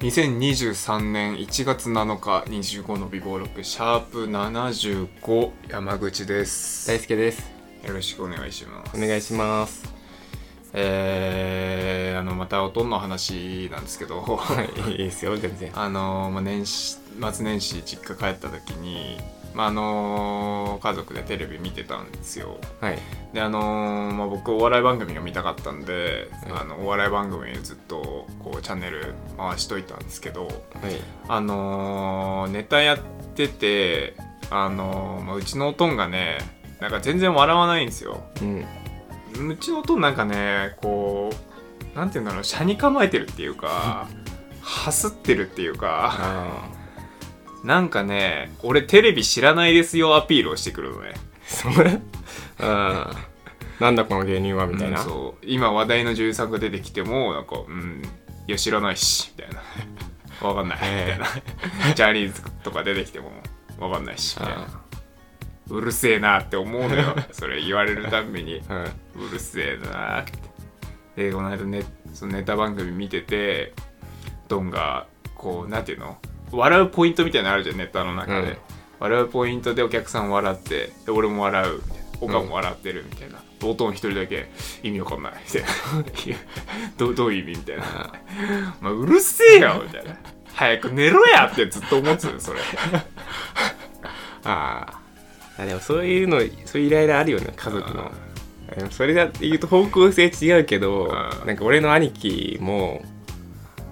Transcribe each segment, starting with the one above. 2023年1月7日25の微暴録シャープ75山口です大輔ですよろしくお願いしますお願いしますえー、あのまたおとんの話なんですけど、はいいいですよ全然 あのまあ、年始末年始実家帰った時に、まあ、あの家族でテレビ見てたんですよはいであのまあ、僕お笑い番組が見たかったんで、はいあのお笑い番組ずっとこうチャンネル回しといたんですけどはいあのーネタやってて、あのーまあ、うちのおとんがねなんか全然笑わないんですようんうちのおとんなんかねこうなんて言うんだろう車に構えてるっていう かはすってるっていうかああなんかね俺テレビ知らないですよアピールをしてくるのねそれああなんだこの芸人はみたいな、うんそう今話題の女優さんが出てきてもなんか「うんいや知らないし」みたいな 「わかんない」みたいな 「ジャニーズとか出てきてもわかんないし」みたいな「うるせえな」って思うのよそれ言われるたんびにう「んうるせえな」ってでこの間ねそのネタ番組見ててドンがこうなんていうの笑うポイントみたいなのあるじゃんネタの中で、うん笑うポイントでお客さん笑ってで俺も笑うみたいな他も笑ってるみたいな、おとん一人だけ意味わかんないみたいな いやどどういう意味みたいな「 まあ、うるせえよ」みたいな「早く寝ろや」ってずっと思ってたよ それああでもそういうのそういうイライラあるよね家族のでもそれだって言うと方向性違うけどうんなんか俺の兄貴も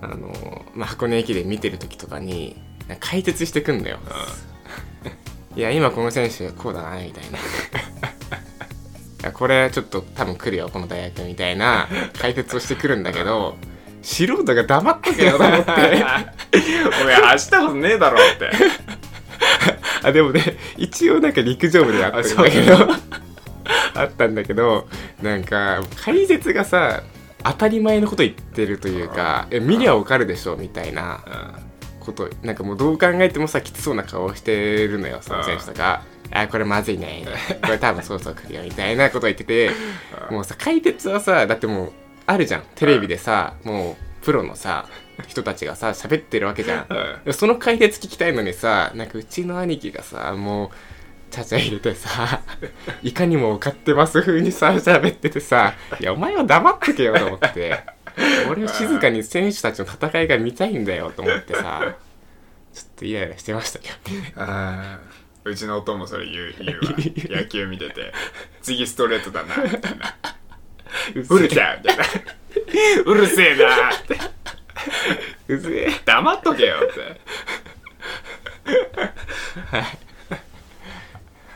あの、まあ、箱根駅伝見てる時とかになんか解説してくんだよ、 いや今この選手こうだなみたいないやこれちょっと多分来るよこの大学みたいな解説をしてくるんだけど素人が黙っとけよと思 っおて前明日ことねえだろって あでもね一応なんか陸上部でやったんだけあど あったんだけどなんか解説がさ当たり前のこと言ってるというか「え見りゃわかるでしょ」みたいなことなんかもうどう考えてもさきつそうな顔してるのよその選手とか「あこれまずいね」これ多分そろそろ来るよみたいなこと言っててもうさ解説はさだってもうあるじゃんテレビでさもうプロのさ人たちがさ喋ってるわけ じゃん。うその解説聞きたいのにさなんかうちの兄貴がさもうちゃちゃ入れてさ いかにも受かってます風にさ喋っててさいやお前は黙っとけよと思って 俺は静かに選手たちの戦いが見たいんだよと思ってさちょっとイライラしてましたけどねんうちのおとんもそれ 言う言うわ野球見てて次ストレートだなみたいな うるせえみたいな うるせえなってうぜえ黙っとけよ って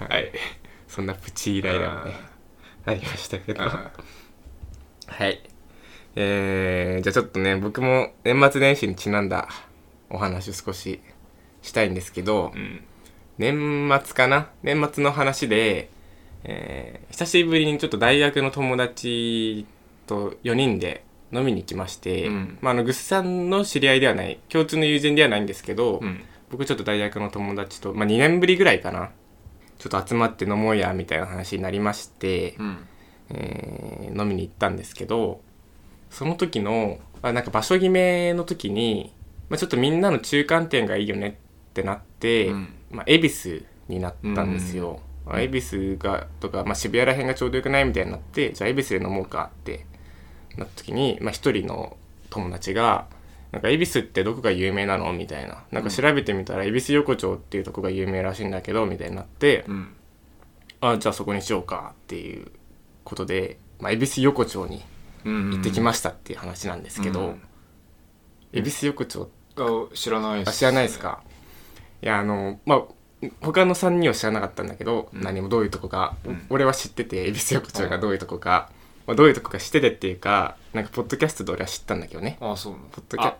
はいそんなプチイライラもねありましたけどあ はいえー、じゃあちょっとね僕も年末年始にちなんだお話を少ししたいんですけど、うん年末かな年末の話で、えー久しぶりにちょっと大学の友達と4人で飲みに行きまして、うんまあ、あのぐっさんの知り合いではない共通の友人ではないんですけど、うん僕ちょっと大学の友達と、まあ、2年ぶりぐらいかなちょっと集まって飲もうやみたいな話になりまして、うんえー飲みに行ったんですけどその時のあなんか場所決めの時に、まあ、ちょっとみんなの中間点がいいよねってなって、うんまあ、恵比寿になったんですよ、まあ恵比寿がとか、まあ、渋谷ら辺がちょうどよくないみたいになってじゃあ恵比寿で飲もうかってなった時に、まあ、一人の友達が「なんか恵比寿ってどこが有名なの?」みたいな「なんか調べてみたら恵比寿横丁っていうとこが有名らしいんだけど」みたいになって、うんあじゃあそこにしようかっていうことで、まあ、恵比寿横丁にうん行ってきましたっていう話なんですけど、うん恵比寿横丁あ知らないっあ知らないですかいやあのまあ他の3人は知らなかったんだけど、うん何もどういうとこか、ん俺は知ってて恵比寿横丁がどういうとこか、まあ、どういうとこか知っててっていうかなんかポッドキャストで俺は知ったんだけどねあそうなのポッドキャあ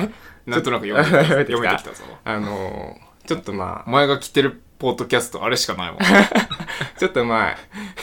あ なんとなく読めてきた読めてきたぞあのちょっとまあお前が来てるポッドキャストあれしかないもんちょっとまあ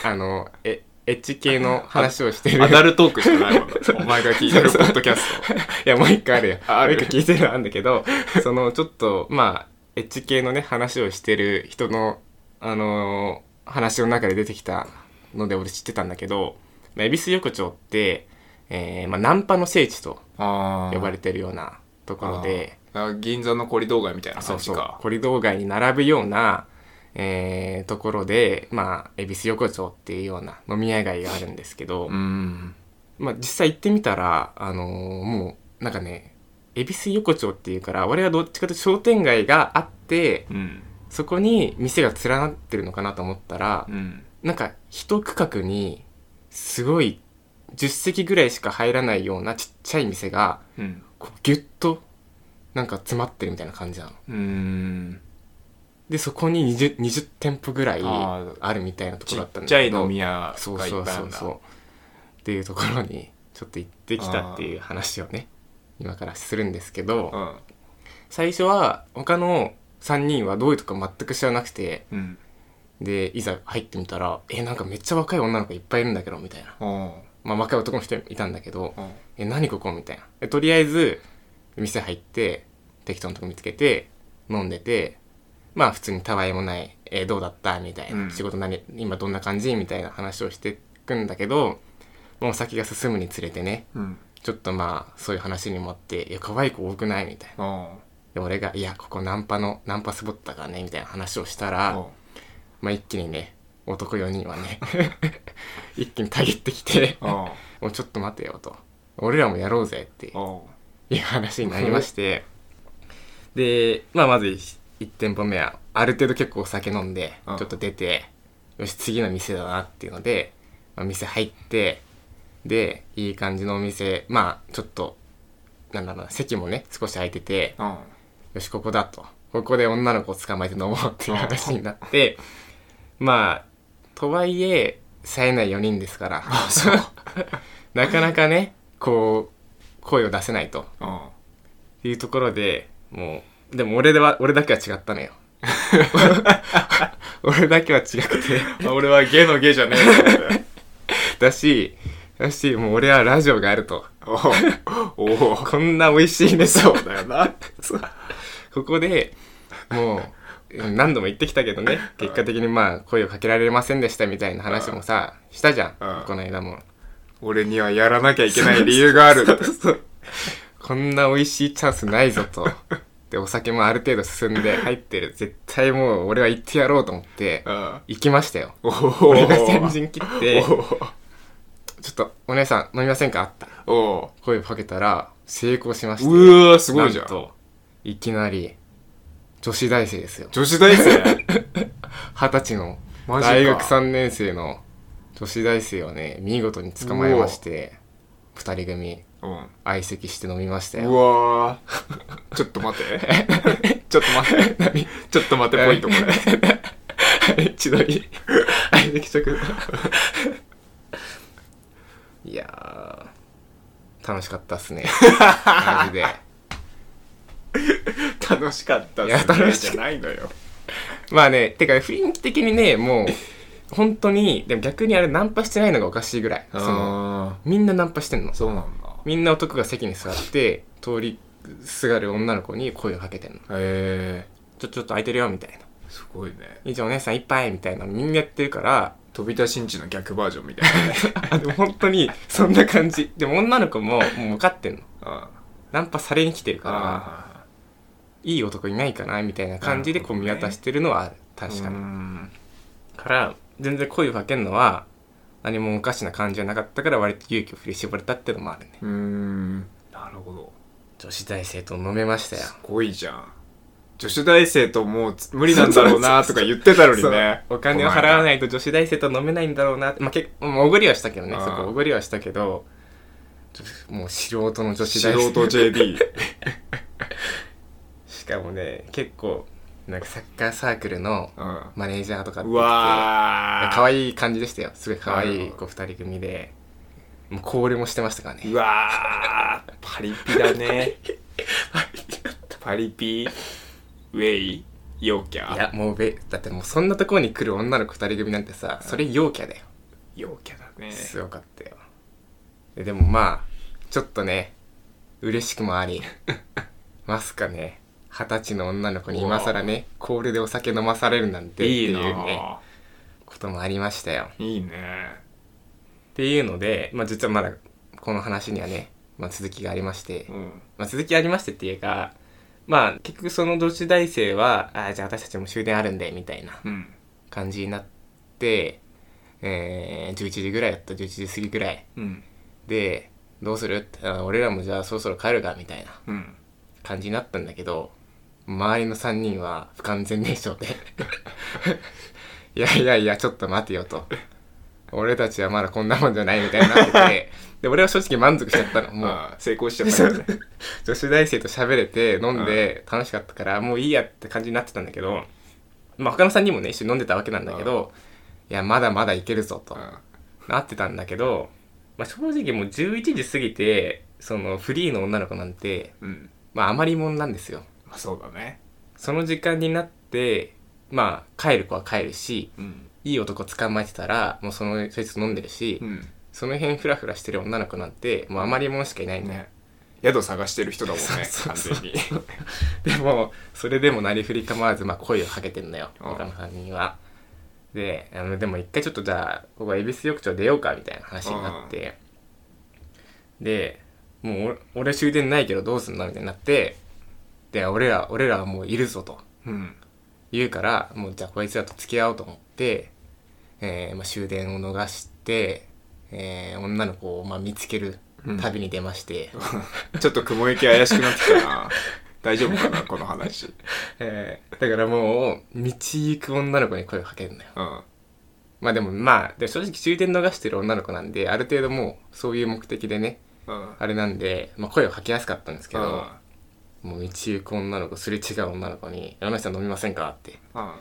あのえエッチ系の話を してるアダルトークしかないもんなお前が聞いてるポッドキャスト いや、もう一個あるよ。 あああるるもう一個聞いてるのあるんだけど、その、ちょっと、まあ、エッジ系のね、話をしてる人の、あのー話の中で出てきたので、俺知ってたんだけど、まあ、恵比寿横丁って、えーまあ、ナンパの聖地とあ呼ばれてるようなところであ銀座のコリドー街みたいなそ感うじそうかコリドー街に並ぶような、えーところでまあ恵比寿横丁っていうような飲み屋街があるんですけど、うんまあ、実際行ってみたら、あのーもうなんかね恵比寿横丁っていうから我々はどっちかというと商店街があってうんそこに店が連なってるのかなと思ったらう、んなんか一区画にすごい10席ぐらいしか入らないようなちっちゃい店がうんこうギュッとなんか詰まってるみたいな感じなの。うんでそこに 20, 20店舗ぐらいあーあるみたいなとこちろだっったんだちゃいけど飲み屋そうがいっそうぱいあそるんうだそうっていうところにちょっと行ってきたっていう話をね今からするんですけどうん最初は他の3人はどういうとこか全く知らなくてうんでいざ入ってみたら「えなんかめっちゃ若い女の子いっぱいいるんだけど」みたいな、うんまあ、若い男の人いたんだけどうん「え何ここ?」みたいなでとりあえず店入って適当なとこ見つけて飲んでてまあ普通にたわいもない「えどうだった?」みたいな、うん仕事何今どんな感じ?」みたいな話をしてくんだけどもう先が進むにつれてねうんちょっとまあそういう話にもあって「いや可愛い子多くない?」みたいなうんで俺が「いやここナンパのナンパスボットだからね」みたいな話をしたら、まあ一気にね男4人は ね一気にたぎってきてうんうん「もうちょっと待てよ」と「俺らもやろうぜ」ってうんいう話になりましてで、まあ、まず1店舗目はある程度結構お酒飲んでちうょんっと出てよし次の店だなっていうので、まあ、店入ってでいい感じのお店まあちょっとなんだろうな席もね少し空いててうんよしここだとここで女の子を捕まえて飲もうっていう話になってまあとはいえ冴えない4人ですからあそう なかなかねこう声を出せないとうんっていうところでもうでも俺では俺だけは違ったのよ 俺だけは違くてあ俺はゲのゲじゃねえだしだしもう俺はラジオがあるとおお おおこんな美味しいねとだよなここでもううん何度も言ってきたけどね結果的にまあ声をかけられませんでしたみたいな話もさしたじゃんうんこの間も俺にはやらなきゃいけない理由がある ってこんな美味しいチャンスないぞとでお酒もある程度進んで入ってる絶対もう俺は行ってやろうと思ってうん行きましたよおお俺が先陣切っておちょっとお姉さん飲みませんかっておお声をかけたら成功しましうてわーすごいじゃなんんといきなり女子大生ですよ女子大 生二十歳のマジか大学3年生の女子大生をね見事に捕まえまして2人組うん相席して飲みましたうよわーちょっと待 って。ちょっと待って。ちょっと待って、ポイントこれ。 一度 に相席食いやー楽しかったっ すねマジで 楽しかったっすねいや楽しかったじゃないのよ。まあねてか雰囲気的にねもう本当にでも逆にあれナンパしてないのがおかしいぐらいそあのみんなナンパしてんのーそうなんだ。みんな男が席に座って通りすがる女の子に声をかけてんのへえちょ、ちょっと空いてるよ、みたいな。ー、すごいね。いいじゃん、お姉さん一杯みたいな、みんなやってるから、 飛び出しんちの逆バージョンみたいなね。あ、でも本当に、そんな感じ。でも女の子も、もう分かってんの。 あナンパされに来てるから、あいい男いないかな、みたいな感じで、こうな見るほどね渡してるのはある。ー。確かうに。んから、全然声をかけるのは、何もおかしな感じはなかったから、割と勇気を振り絞れたってのもあるね。うーん。なるほど。女子大生と飲めましたよ。すごいじゃん。女子大生ともうつ無理なんだろうなとか言ってたのにね。 そうお金を払わい。ないと女子大生と飲めないんだろうなってまあ結構まあおごりはしたけどねあーそこおごりはしたけどちょっともう素人の女子素大生人 JD。しかもね結構なんかサッカーサークルのうん。マネージャーとかってう言ってわー。可愛い感じでしたよすごい可愛なるいほ子2人組でもうコールもしてましたからねうわーパリピだ ねパリピウェイ陽キいャやもうべだってもうそんなところに来る女の子2人組なんてさそれ陽キャだよ陽キャだねすごかったよででもまあちょっとね嬉しくもあり まさかね二十歳の女の子に今更ねコールでお酒飲まされるなんてっていいいうなねあこともありましたよいいねっていうのでまあ実はまだこの話にはねまあ、続きがありまして、うんまあ、続きありましてっていうかまあ結局その女子大生はあーじゃあ私たちも終電あるんでみたいなうん感じになって、えー11時ぐらいだった11時過ぎぐらいうんでどうするってあー俺らもじゃあそろそろ帰るかみたいなうん感じになったんだけど周りの3人は不完全燃焼で いやいやいやちょっと待てよと俺たちはまだこんなもんじゃないみたいになっててで俺は正直満足しちゃったのもうまあ成功しちゃったからね 女子大生と喋れて飲んで楽しかったからもういいやって感じになってたんだけど、まあ、他の3人もね一緒に飲んでたわけなんだけど、いやまだまだいけるぞと、なってたんだけど、まあ、正直もう11時過ぎてそのフリーの女の子なんて、うんうんまあ、余りもんなんですよまあそうだねその時間になってまあ帰る子は帰るしうんいい男捕まえてたらもうそのそいつと飲んでるし、うんその辺フラフラしてる女の子なんてもう余りもんしかいないんだよ、ね宿探してる人だ もんねそう完そう全そうにでもそれでもなりふり構わず、まあ、声をかけてんのようん他の3人は。であのでも一回ちょっとじゃあここは恵比寿浴場出ようかみたいな話になってでもうお俺終電ないけどどうすんのみたいになってで俺ら俺らはもういるぞとうん言うからもうじゃあこいつらと付き合おうと思って、えーまあ、終電を逃して、えー女の子をまあ見つける旅に出まして、 ちょっと雲行き怪しくなってきたな 大丈夫かなこの話えー だからもう道行く女の子に声をかけるんだようんまあでもまあでも正直終電逃してる女の子なんである程度もうそういう目的でねうんあれなんで、まあ、声をかけやすかったんですけうどんもう道行く女の子すれ違う女の子に「山下さん飲みませんか?」ってうん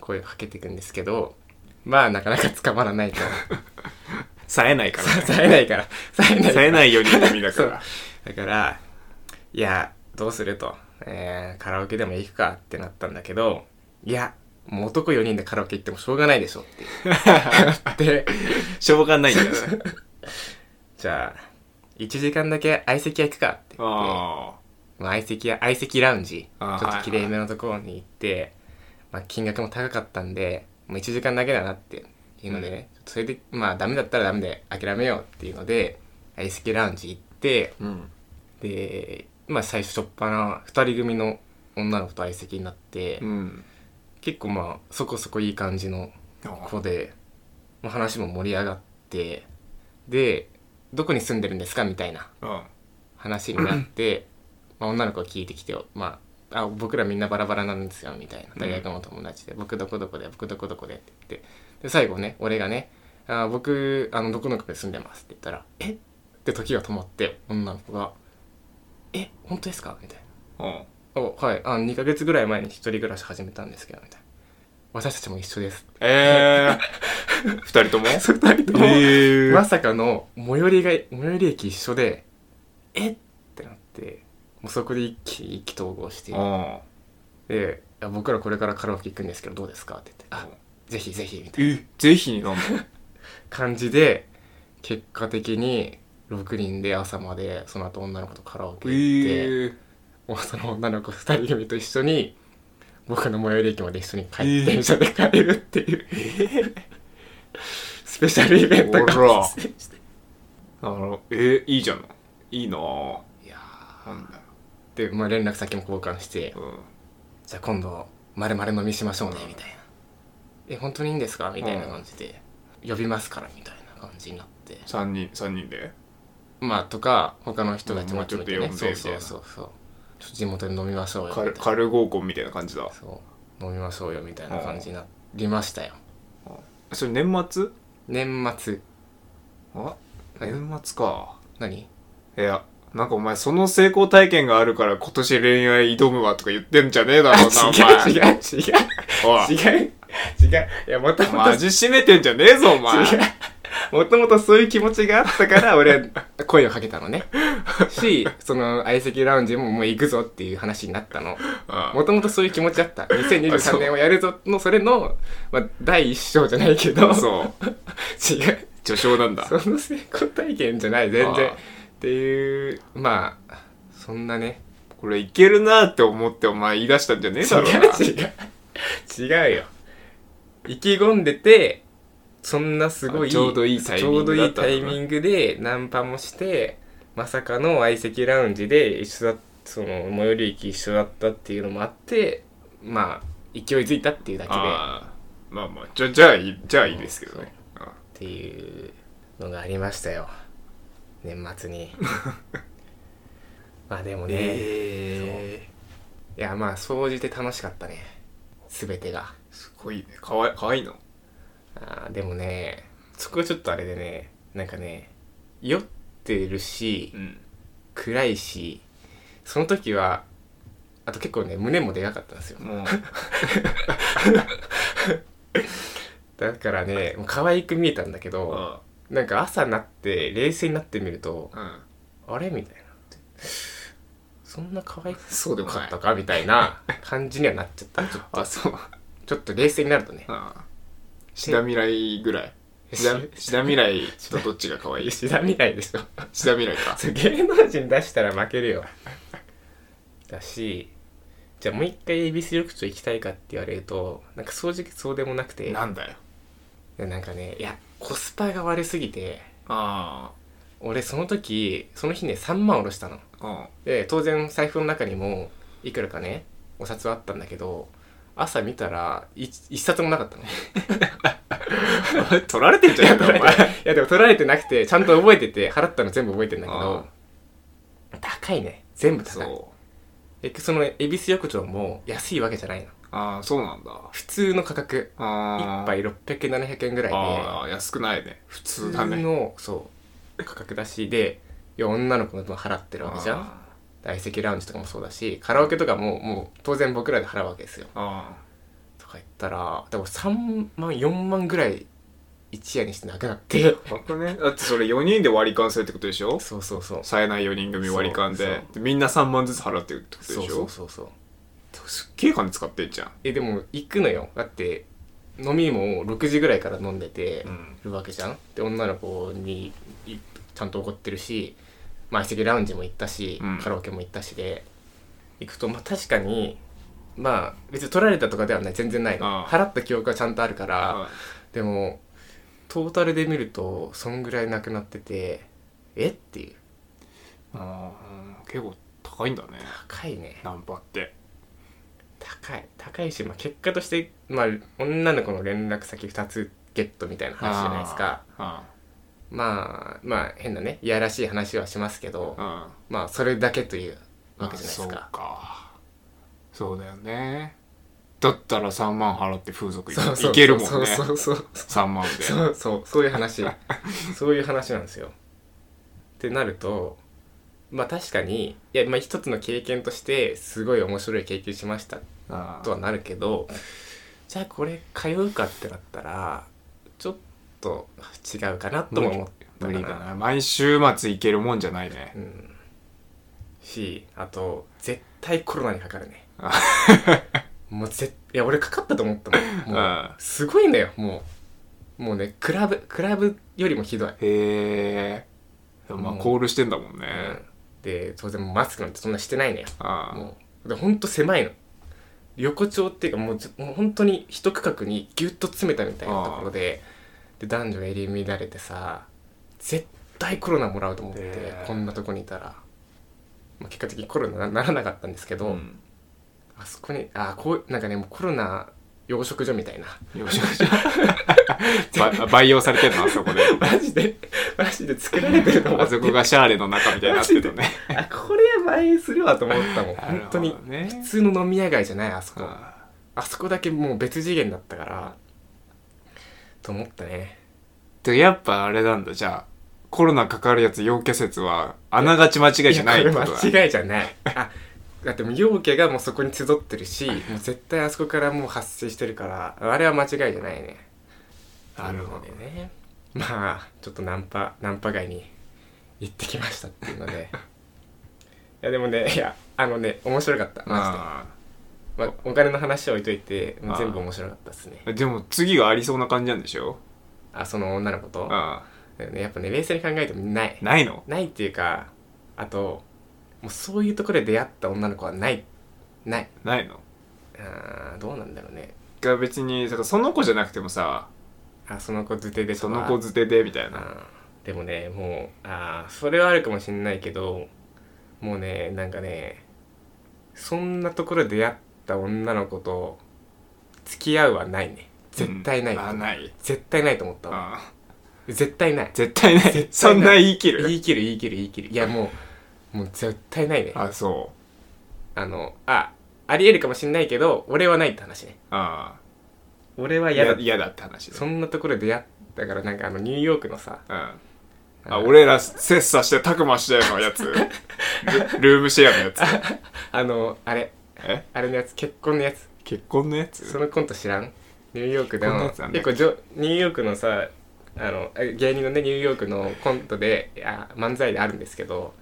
声をかけていくんですけどまあなかなか捕まらないと 冴えないからね冴えないから冴えない冴えないように意味だかそ うらだからいやどうすると、えーカラオケでも行くかってなったんだけどいやもう男4人でカラオケ行ってもしょうがないでしょって いうでしょうがないんだよねじゃあ1時間だけ相席屋行くかって言って あまあ相席や相席ラウンジちょあっーときれいめのところに行って、まあ、金額も高かったんでもう1時間だけだなっていうのでね、それでまあダメだったらダメで諦めようっていうので相席ラウンジ行ってあうんでまあ最初初っ端2人組の女の子と相席になって、うん結構まあそこそこいい感じの子で、まあ、話も盛り上がってでどこに住んでるんですかみたいなうん話になって、まあ、女の子が聞いてきて、まあ、あ僕らみんなバラバラなんですよみたいな大学の友達で、僕どこどこで僕どこどこでって言ってで最後ね俺がねあ僕あのどこの国で住んでますって言ったら「えっ?」て時が止まって女の子が「え本当ですか?」みたいなうん「おはいあの2ヶ月ぐらい前に一人暮らし始めたんですけど」みたいな「私たちも一緒ですええ ー、二人とも」そう2人とも、えまさかの最寄りが最寄り駅一緒でえってなってもうそこで一気に意気投合してうんでいや僕らこれからカラオケ行くんですけどどうですかって言ってあぜひぜひみたいなえぜひに飲んだ感じで結果的に6人で朝までその後女の子とカラオケ行って、えもうその女の子2人組と一緒に僕の最寄り駅まで一緒に帰って、えー電車で帰るっていう、 スペシャルイベントおらが発生してあのえいいじゃんいいなぁいやなんだよーで、まあ、連絡先も交換してうんじゃあ今度まるまる飲みしましょうねみたいな「え本当にいいんですか?」みたいな感じで「呼びますから」みたいな感じになって三人三人でまあとか他の人たうんちももうち集ょっめとて呼んでねみたそいうなそうそうそうちょっと地元で飲みましょうよみカたいルなカル合コンみたいな感じだそう飲みましょうよみたいな感じになりましたよそれ年末年末あ年末か何いやなんかお前その成功体験があるから今年恋愛挑むわとか言ってんじゃねえだろうなお前 違う違う違おいう違う違ういやもともとマジ締めてんじゃねえぞお前違う もともとそういう気持ちがあっ たから俺は声をかけたのねしその相席ラウンジももう行くぞっていう話になったのうんもともとそういう気持ちあったあそ2023う年をやるぞのそれの、まあ、第一章じゃないけど違うそう 序章なんだその成功体験じゃない全然ああっていうまあそんなねこれいけるなって思ってお前言い出したんじゃねえだろうな違う違う違うよ意気込んでてそんなすごいあちょうどいいタイミングだったんだちょうどいいタイミングでナンパもして、まさかの相席ラウンジで一緒だその最寄り駅一緒だったっていうのもあってまあ勢いづいたっていうだけでっあーまあまあじゃじゃあいいじゃあいいですけどね、うんていうのがありましたよ年 末にまあでもね、えいやまあ総じて楽しかったね全てがー、すごいねかわいかわいいのあーでもねそこはちょっとあれでねなんかね酔ってるしうん暗いしその時はあと結構ね胸もでかかったんですよもうだからねもう可愛く見えたんだけどあなんか朝になって冷静になってみるとーうんあれみたいなそんな可愛くそうでもかないったかみたいな感じにはなっちゃったちょっあそうちょっと冷静になるとねああシダ未来ぐらいシダ シダ未来とどっちが可愛いシ石田みたいで しょダ未来かそれ芸能人出したら負けるよだしじゃあもう一回恵比寿緑地行きたいかって言われるとなんか正直そうでもなくてなんだよなんかねいやコスパが悪すぎてあ俺その時その日ね3万下ろしたのあうんで当然財布の中にもいくらかねお札はあったんだけど朝見たらい一冊もなかったのいあれ 取られてんじゃねえかお前やでも取られてなくてちゃんと覚えてて払ったの全部覚えてんだけあど高いね全部高いそうえその恵比寿横丁も安いわけじゃないのああそうなんだ普通の価格あ1杯600円700円ぐらいでああ安くないね普普通だ通ねのそう価格だしでいや女の子の分払ってるわけじゃんあ相席ラウンジとかもそうだしカラオケとかももう当然僕らで払うわけですよあとか言ったらでも3万4万ぐらい一夜にしてなくなって僕ねだってそれ4人で割り勘するってことでしょそうそうそう冴えない4人組割り勘そうでそうでみんな3万ずつ払ってるってことでしょそうそうそうそうすっげえ金使ってんじゃんえでも行くのよだって飲みも6時ぐらいから飲んでて、うんるわけじゃんで女の子にいちゃんと怒ってるしまあ相席ラウンジも行ったし、うんカラオケも行ったしで行くとまあ確かにまあ別に取られたとかではない全然ないあのあ払った記憶はちゃんとあるから、あでもトータルで見るとそんぐらいなくなっててえっていうあ結構高いんだね高いねナンパって高い高いし、まあ、結果として、まあ、女の子の連絡先2つゲットみたいな話じゃないですかあまあまあ変なねいやらしい話はしますけど、あうんまあそれだけというわけじゃないですあか。そうかそうだよねだったら3万払って風俗いそうそういけるもんねそうそうそう3万でそうそうそういう話そういう話なんですよ。ってなるとまあ確かにいや、まあ、一つの経験としてすごい面白い経験しましたあとはなるけどじゃあこれ通うかってなったらちょっと違うかなとも思った無か理なだな毎週末行けるもんじゃないねうん、しあと絶対コロナにかかるねあもうぜいや俺かかったと思ったもんもああうすごいんだよもうもうねクラブクラブよりもひどい、へえまあうんコールしてんだもんねうんで当然マスクなんてそんなしてないのよああもうでほんと狭いの横丁っていうかもうずもう本当に一区画にギュッと詰めたみたいなところでで男女が入り乱れてさ絶対コロナもらうと思って、へえこんなとこにいたら、まあ、結果的にコロナなならなかったんですけど、うんあそこにあこうなんかねもうコロナ養殖所みたいな よしよしば培養されてんのあそこ でマジでマジで作られてると 思あってそこがシャーレの中みたいになってるねあこれは蔓延するわと思ったもなるん本ほ当どにね普通の飲み屋街じゃないあそこああそこだけもう別次元だったからと思ったねでやっぱあれなんだじゃあコロナかかるやつ陽キャ説はあながち間違いじゃないってやこことれだ間違いじゃないあだってもう陽家がもうそこに集ってるしもう絶対あそこからもう発生してるからあれは間違いじゃないねなるほどねまあちょっとナンパナンパ街に行ってきましたっていう のでいやでもねいやあのね面白かったマあジで、まあ、お金の話は置いといてもう全部あー面白かったですねーでも次がありそうな感じなんでしょあその女の子とあだよねやっぱね冷静に考えてもないーないのないっていうかあともうそういうところで出会った女の子はないないないのあーどうなんだろうねが別にだからその子じゃなくてもさあその子づてでとかその子づてでみたいなあーでもねもうああそれはあるかもしんないけどもうねなんかねそんなところで出会った女の子と付き合うはないね絶対ない、うんあない絶対ないと思ったわあ絶対ない絶対ないそんな言い切る言い切る言い切る言い切るいやもうもう絶対ないねああそうのあありえるかもしんないけど俺はないって話ねああ俺は嫌だ嫌嫌だって話ねそんなところで出会ったからなんかあのニューヨークのさうんあ俺ら切磋してたくましての やつルルームシェアのやつあのあれえあれのやつ結婚のやつ結婚のやつそのコント知らんニューヨークこんなやのつなんだ結構じょニューヨークのさあのえ芸人のねニューヨークのコントであ漫才であるんですけど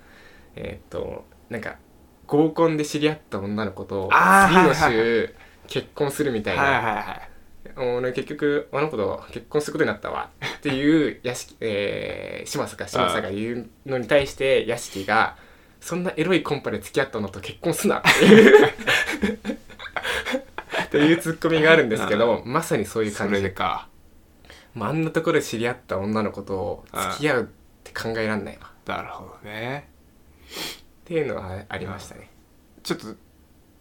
えーっとなんか合コンで知り合った女の子とあー次の週、はいは結婚するみたいな、はいはいはい俺結局あの子と結婚することになったわっていう屋敷、 えー、嶋佐か嶋佐が言うのに対して屋敷が「そんなエロいコンパで付き合ったのと結婚すな」っていうっていうツッコミがあるんですけどまさにそういうそ感れじででかあんなところで知り合った女の子と付き合うって考えらんないわっなるほどねていうのはありましたねちょっと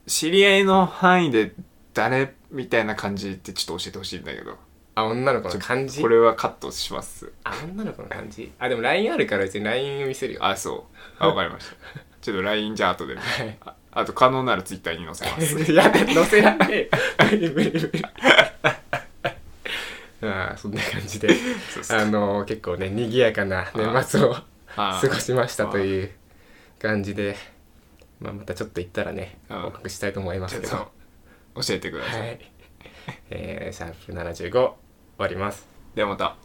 知り合いの範囲で誰みたいな感じってちょっと教えてほしいんだけどあ女の子の感じこれはカットしますあ女の子の感じあでも LINE あるから別に LINE を見せるよあそうあわかりま したちょっと LINE じゃあ後で、いああと可能なら Twitter に載せ ますいやだ載せらんねえ 無理無理無理ああそんな感じでそうそうあの結構ね賑やかな年末をあ過ごしましたという感じで、まあ、またちょっと行ったらねうん報告したいと思いますけどちょはっと教えてください、いえー、シャープ75終わりますではまた